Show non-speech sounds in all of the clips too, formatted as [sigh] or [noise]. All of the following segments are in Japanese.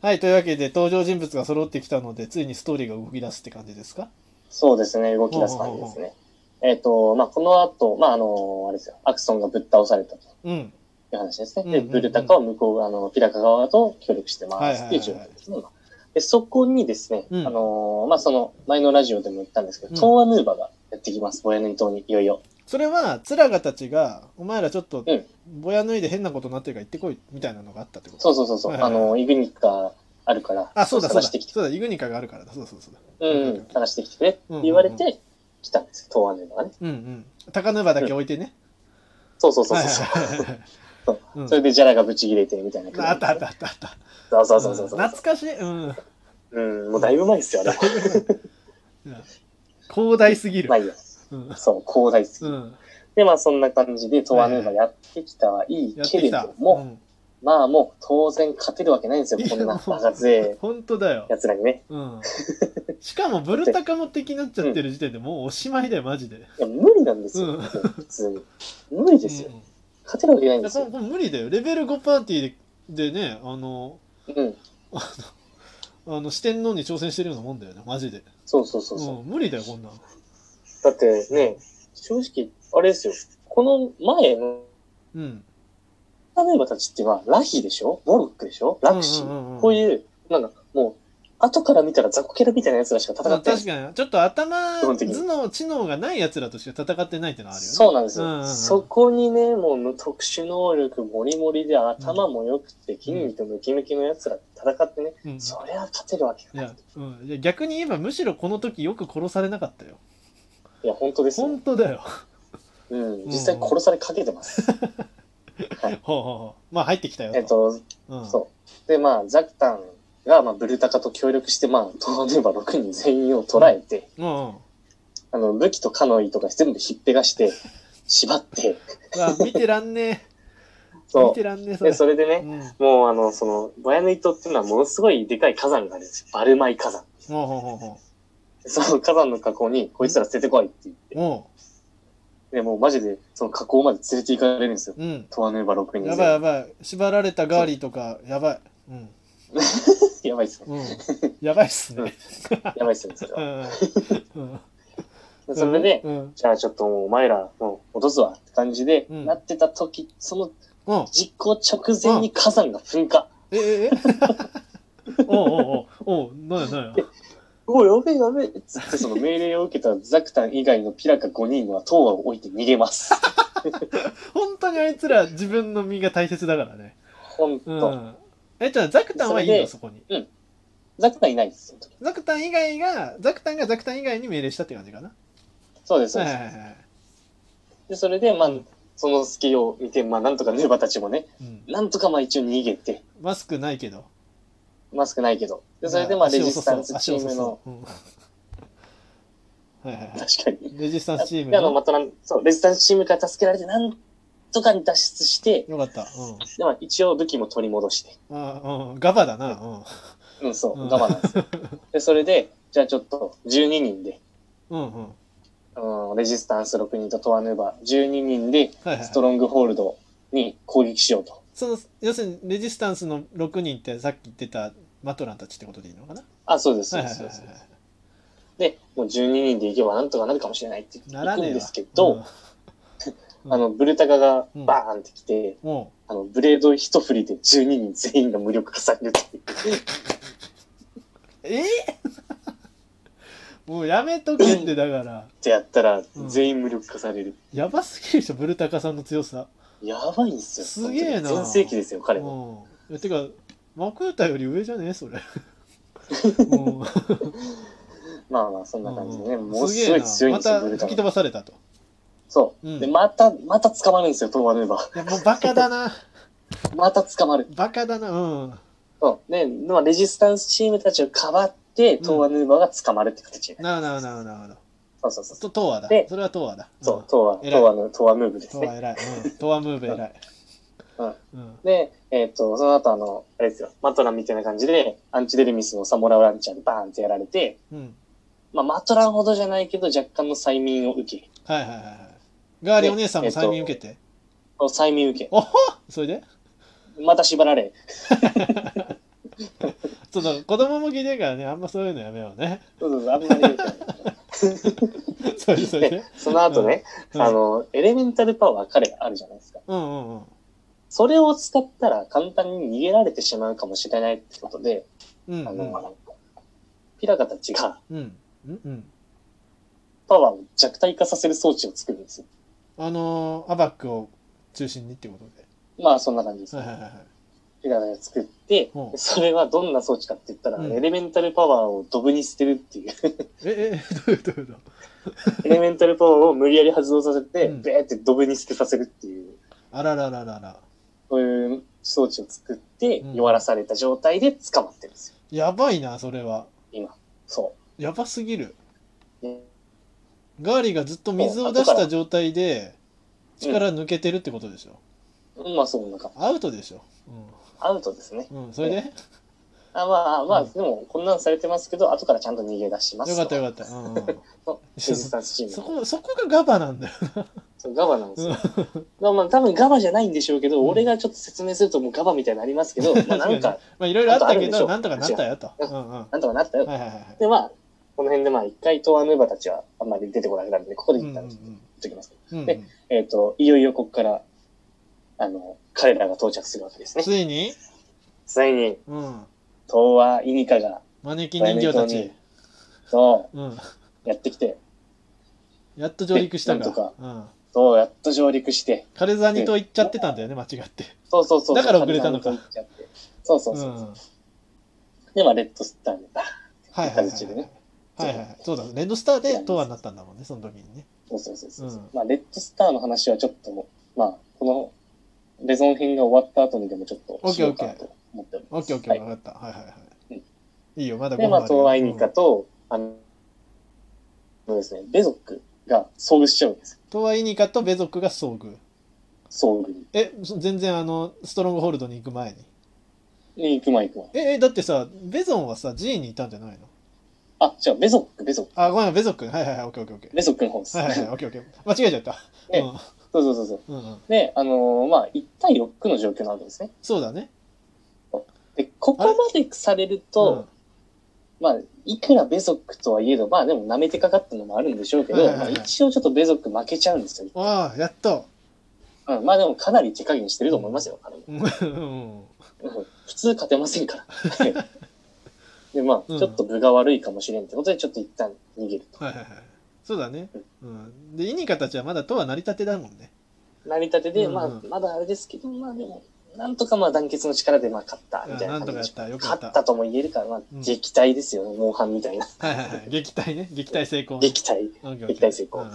はい、というわけで登場人物が揃ってきたので、ついにストーリーが動き出すって感じですかそうですね、動き出す感じですね。えっ、と、まあ、この後、まあ、あの、あれですよ、アクソンがぶっ倒されたとうん。いう話ですうんね。で、うんうんブルタカは向こう、あの、ピラカ側と協力してますっていう状況ですね。今で、そこにですね、うんあの、まあ、その、前のラジオでも言ったんですけど、うんトーアヌーバがやってきます、ボヤヌイ島に、いよいよ。それは、ツラガたちが、お前らちょっとうん、ぼや脱いで変なことになってるから行ってこい、みたいなのがあったってこと。そううそうそうそう、はいはいはいあの、イグニッカあるから、あ、そうだ、そうだ。探してきて、そうだ、イグニカがあるからだ。そうだそうだそうだ。うんううんん、探してきてくれって言われて、来たんですよ、トーアヌーバがね。うんうん。高ヌーバだけ置いてね。そう [laughs] そうそうはいそうそう。はいはい [laughs] はいそううんそれでジャラがブチ切れてみたいなくだりあったあったあったあった。そうそうそうそうそう。懐かしい。うん。うん、もうだいぶ前で [laughs] すよ、あれも。うん広大すぎるまあ。いいや。うん。そう、広大すうぎる。ん。で、まあそんな感じで、トワヌーがやってきたはいいやっけてきれたど。も、うんまあもう当然勝てるわけないんですよ、[laughs] こんなバカ勢本当だよ。奴らにね。うん。しかも、ブルタカも敵になっちゃってる時点でもうおしまいだよ、マジで。いや、無理なんですよ、うん普通に。無理ですよう。ん勝てるわけないんいでやすこよれ。これ無理だよレベル5パーティーででねあのうん。あの四天王に挑戦してるようなもんだよねマジでそうそうそうそう。うん、無理だよこんなんだってね、正直、あれですよ。この前の、うん例えばたちっては、ラヒでしょモルックでしょラクシー。うんうんうんうんこういう、なんか、もう、後から見たら雑魚キャラみたいな奴らしか戦まあってない確。かにちょっと頭基頭本的に脳知能がないやつらとしか戦ってないってのはあるよねそうなんですよ、うんうんうんそこにね、もう特殊能力もりもりで頭も良くて筋肉ムキムキのやつらと戦ってね、うん、いそりゃ勝てるわけがない。や、うん、いや逆に言えばむしろこの時よく殺されなかったよいや、本当ですよ本。当だよ [laughs] うん。うん実際殺されかけてます。ほうほうほうまあ入ってきたよえっと、うん、そう。で、まあ、ザクタンが、まあ、ブルタカと協力して、まあ、トーネーバ6人全員を捕らえて、う、うんうんあの、武器とカノイとか全部ひっぺがして、縛って、うわ見てらんねえ見そてらんねえう。それで、それでうね、ん、もうあの、その、ボヤヌイ島っていうのはものすごいでかい火山があるんですよ。バルマイ火山。ほうほうほうほその火山の火口に、こいつら捨ててこいって言ってう。もで、もうマジで、その火口まで連れて行かれるんですよ。ううんトワヌーバ6人で。やばいやばい縛られたガーリーとかやばいうんやばい [laughs] っすね。 [laughs] うん、やばいっすね。やばいっすね、それうは。んうんでそれで、うん、じゃあちょっともうお前ら、もう落とすわって感じで、うんなってた時、そのうん、実行直前に火山が噴火。ええ [laughs] えおうおうおうおうなんやなんやおい、やべえやべえっつって、その命令を受けたザクタン以外のピラカ5人はトーアを置いて逃 [laughs] げます。本当にあいつら自分の身が大切だからねほんうと。んえじゃあザクタンはいいそれのでそこにザクタンいないんですよ。ザクタン以外がザクタンがザクタン以外に命令したって感じかなそうです、そうはいではいす。はいで、それで、まあうん、その隙を見て、まあ、なんとかヌーバたちもね、うん、なんとかまあ一応逃げて、マスクないけどマスクないけど。で、それでまあ、レジスタンスチー足ムの、、遅そう足遅そううんはいはいはい確かに。レジスタンスチームで、あの、のまたなん、そう、レジスタンスチームから助けられて、なんとかに脱出して、よかった、うんで、まあ、一応武器も取り戻して。あうん、ガバだな、うんうん、そうう、ん我慢なんで [laughs] すよ。で、それで、じゃあちょっと、12人で、うんうん。はあのレジスタンス6人とトワヌーバー、12人で、いはい。ストロングホールドに攻撃しようと。その、要するに、レジスタンスの6人ってさっき言ってたマトランたちってことでいいのかなあ、そうです、はそいうはでいはいうす。そはですい。で、もう12人で行けばなんとかなるかもしれないってな言らってねえんわ。ですけど、うんあの、ブルタカがバーンって来て、うん、もあの、ブレード一振りで12人全員が無力化されるっていう。う、えー [laughs] もうやめとけって、だから。ってやったらうん全員無力化される。やばすぎるでしょ、ブルタカさんの強さ。やばいんすよ。すげえな全盛期ですよ、う彼は。ん。えてか、マクータより上じゃねえそ [laughs] れ。うんまあまあ、そんな感じでね、うんものすごい強いんまですよ、たブルタ吹きが。飛ばされたと。そう、うんで、また、また捕まるんですよ、トーマヌーバいや、もうバカだな。ー。 [laughs] また捕まる。バカだな。うん。そう。で、まあ、レジスタンスチームたちをかばって、んトーマヌーバーが捕まるって形になる。なあなあなあなあなあ。そうそうそうそと、トワだで。それはトワだ。う。そんう、トー偉ア、いトーアの、トーアムーブですトワね。偉い。うん。トワムーブ偉い。うん。で、えっ、と、その後あの、あれですよ、マトランみたいな感じで、アンチデルミスのサモラランチャーでバーンってやられて、うん。まあ、マトランほどじゃないけど、若干の催眠を受け、はいはいはいはい。ガーリーお姉さんも催眠受けて。催眠受け、それでまた縛られ、そうだ子供も聞いてるからねあんまそういうのやめようね [laughs] そうそうそう、あんまり見てない。それそれでで、 [laughs] その後ね、うん、あの、エレメンタルパワー彼があるじゃないですか。うんうんうんそれを使ったら簡単に逃げられてしまうかもしれないってことで、うんあうの、んピラカたちがうんうんうんパワーを弱体化させる装置を作るんですよ。あのーアバックを中心にってことまあ、そんな感じです。ではいはいはいはいピラカを作ってう、んそれはどんな装置かって言ったら、うんエレメンタルパワーをドブに捨てるっていう。ええどういうことどういうこエレメンタルパワーを無理やり発動させて、うんベーってドブに捨てさせるっていう、とあらららららそういう装置を作ってうん、弱らされた状態で捕まってるんですよ。やばいなそれはそやばすぎるう。ねガーリーがずっと水を出した状態でそう力抜けてるってことでしょ、まあ、そんなか。アウトでしょアウトですね。うん、うん、それでよあまあまあ、うんでも、こんなんされてますけど、後からちゃんと逃げ出しますかったよかった、うんう [laughs] ん、のレジスタンスチーム。そこそこがガバなんだよ、そうガバなんですうんよ。、まあまあ、多分ガバじゃないんでしょうけど、うん俺がちょっと説明するともうガバみたいになりますけど、まあ [laughs] なんか、まあいろいろあったけあとあるんでしどょなんとかなったよと、うんうん、はなんとかなったいよ。はいはいはいで、まあ、この辺でまあ、一回トアヌーバたちはあんまり出てこなくなるんで、ここでうんうんう一旦言っんときます。うんうでんえっ、と、いよいよここから、あの、彼らが到着するわけですね。ついに、ついに、うん、東亜イニカが、招き人形たち、そうん、う、やってきて、やっと上陸したでかなんとかうん、そう、やっと上陸して、カレザニと言っちゃってたんだよね間違って、そうそうそう。だから遅れたのか軽々と行っちゃって。そうそううそん、う。はいで、まあ、レッドスターにバーンはいはいはいはいはいそうだレッドスターでトアになったんだもんねその時にねそうそうそうそう。うんまあ、レッドスターの話はちょっともう、まあ、この、レゾン編が終わった後にでもちょっとしようかなと思っておりオまッす。ケーオッケー、は分かった。はいはいはういん。いいよ、まだい、で、まあ、るよ東アイニカ。と、あの、そうですね、ベゾックが遭遇しちゃうんですよ。うん東亜イニカとベゾックが遭遇。遭遇に。え、そ全然あの、ストロングホールドに行く前に。に行く前行く前。え、えだってさ、ベゾンはさ、G にいたんじゃないのあ、違う、ベゾック、ベゾック。あ、ごめん、ベゾック。はいはいはい、オッケーオッケーオッケベゾックの方です。ー。はいはいはい、オッケーオッケ [laughs] ー。間違えちゃった。ねうそうそうそうそう。ん。うんうん。で、あのーまあ、1対6の状況なわけですね。そうだね。で、ここまでされると、まあ、いくらベゾックとはいえど、まあでも舐めてかかったのもあるんでしょうけど、はいはいはいまあ、一応ちょっとベゾック負けちゃうんですよ。うん。ああ、やっと。うん、まあでもかなり手加減してると思いますよ、彼もうんうん。うん普通勝てませ [laughs] んから。で、まうあ、んちょっと分が悪いかもしれんってことで、ちょっと一旦逃げると。はいはいはい。そうだね。うん。で、イニカたちはまだとは成り立てだもんね。成り立てうで、んうんまあ、まだあれですけど、まあでも、なんとかまあ団結の力でまあ勝った、みたいなうんなんとか感やっじで。た。よかっ勝た。ったとも言えるから、まあ、うん撃退ですよね、モンハンみたいな。はいはいはい。撃退ね。撃退成功ね。撃退。オッケーオッケー撃退成功うんうん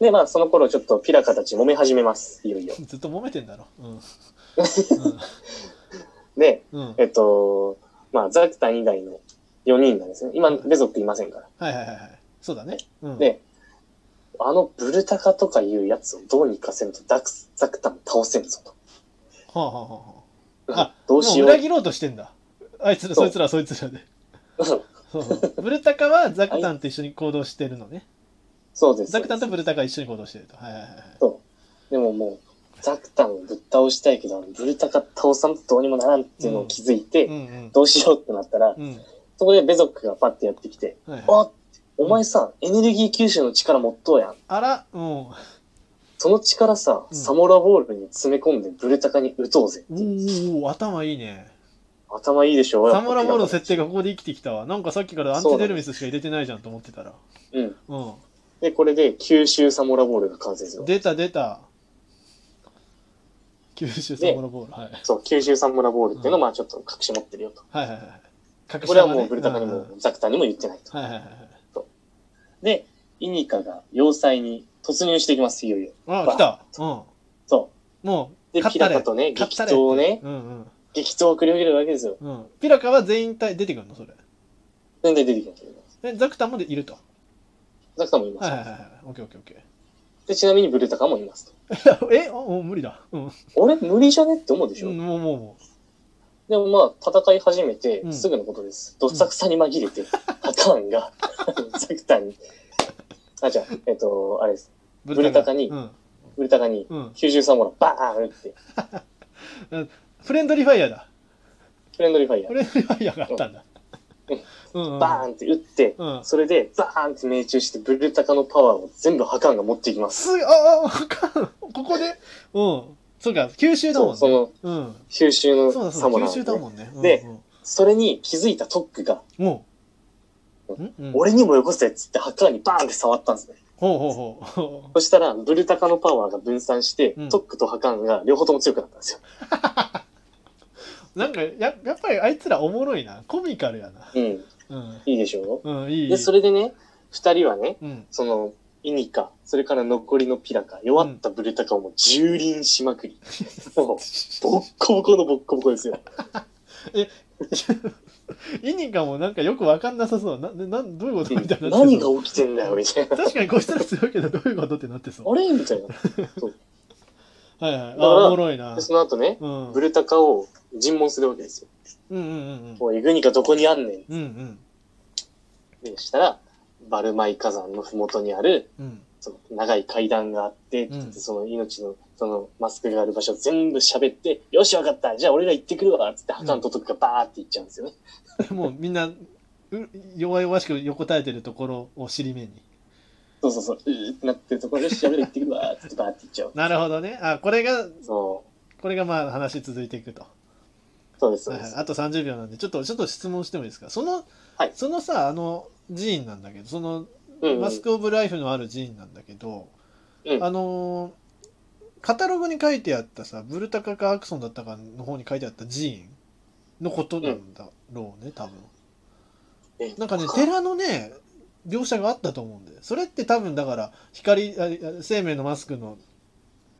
で、まあ、その頃ちょっとピラカたち揉め始めます、いよいよ。ずっと揉めてんだろ。うん。で、 [laughs] うん。うんえっと、まあ、ザクタン以外の4人がですね、今、ベゾックいませんから。はいはいはいはい。そうだね。うん。で、あのブルタカとかいうやつをどうにかせんとダクスザクタン倒せんぞと。はあはあはあはあ。あ、どうしよも裏う。切ろうとしてんだ。あいつら、そうそいつら、そいつらで。うんそうそうブルタカはザクタンと一緒に行動してるのね。そうです。ザクタンとブルタカは一緒に行動してると。はいはいはいはい。でももう、ザクタンをぶっ倒したいけど、ブルタカ倒さんとどうにもならんっていうのを気づいて、うんうん。どうしようってなったら、うん。そこでベゾックがパッてやってきて、はいはい、あお前さ、エネルギー吸収の力持っとうやん。あら、うん。その力さ、うんサモラボールに詰め込んでブルタカに打とうぜ。おーおー、頭いいね。頭いいでしょサムラボールの設設定がここで生きてきたわ。なんかさっきからアンチデルミスしか入れてないじゃんと思ってたら。定。うん。うん。で、これで九州サモラボールが完成する。出た出た。九州サムラボール。はい。そう、九州サモラボールっていうのをまあちょっと隠し持ってるよと。はいはいはい。隠これはもうブルタカにうんうもんザクタにも言ってないと。はいはいはいはい。で、イニカが要塞に突入していきます、いよいよ。あ、来た。うん。そもう。で、勝ピったラれカとね、う、勝っ激たれ闘をね、うん激闘を繰り広げるわけですよ。うん。うん。ピラカは全員体出てくるのそれ。全然出てきます。で、ザクタもでいると。ザクタもいまはいす、はいはいはい。オッケーオッケーオッケで、ちなみにブルタカもいますと。ー。 [laughs] え、おお無理だ。うん。俺、無理じゃねって思うでしょ。うんもうもうもでもまあ、戦い始めてう、んすぐのことです。どさくさに紛れて、ハカーンが、ザクタに、あ、じゃあ、えっと、あれです。う。ブルタカにうん。ブルタカに、うん。九州サモラバーン打って、フレンドリーファイヤーだ。フレンドリーファイヤフレンドリーファイヤーがあったんだ。うんうー。んバーンって撃って、うんそれで、バーンって命中して、ブルタカのパワーを全部ハカンが持っていきます。すああ、あかん。ここで、うん。そうか、九州だもんね。そううん。九州そうのだそサうモだ、ラ九州ーだのねもんね。でうんそれに気づいたトックが、うん、もう。んうん、俺にもよこせっつってハカンにバーンって触ったんですね。ほうほうほそしたら、ブルタカのパワーが分散して、うんトックとハカンが両方とも強くなったんですよ。う。 [laughs] なんかや、やっぱりあいつらおもろいな。コミカルやな。うん。うん。いいでしょうん、いい。うで、それでね、二人はね、うん。 [laughs] その、イニカ、それから残りのピラカ、弱ったブルタカをもう蹂躙しまく [laughs] り。もう、ボッコボコのボッコボコですよ。イニカもなんかよくわかんなさそう。な、な、どういうことみたいになってそう。何が起きてんだよ、みた [laughs] いな。確かにこいつら強いけど、どういうことってなってそあれみたいな。 [laughs] う。はいはい。だかあ、らおもろいなで、。その後ね、うん。うブんルタカを尋問するわけですよ。うんうんおい、グニカどこにあんねんっうん。うんてしたら、バルマイ火山のふもとにある、うん。うん。その長い階段があって、うんその命の、そのマスクがある場所全部喋って、よし、わかった、じゃあ俺が行ってくるわ、つって、ハカンとトクがバーって行っちゃうんですよね。もうみんな、う弱々しく横たえてるところを尻目に。そうそうそう、うーってなってるところ、よし、俺が行ってくるわ、つってバーって行っちゃう。なるほどね。あ、これが、そこれがまあ話続いていくと。う、そうです、そうはいではいす。、あと30秒なんでちょっとちょっと質問してもいいですかその,、はいそのさあの寺院なんだけどそのうん、うんマ。スク・オブ・ライフのある寺院なんだけど、うんあのーカタログに書いてあったさブルタカかアクソンだったかの方に書いてあった寺院のことなんだろうね、多分えなんかねわん寺のね描写があったと思うんでそれって多分だから光あ生命のマスクの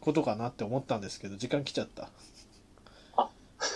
ことかなって思ったんですけど時間来ちゃった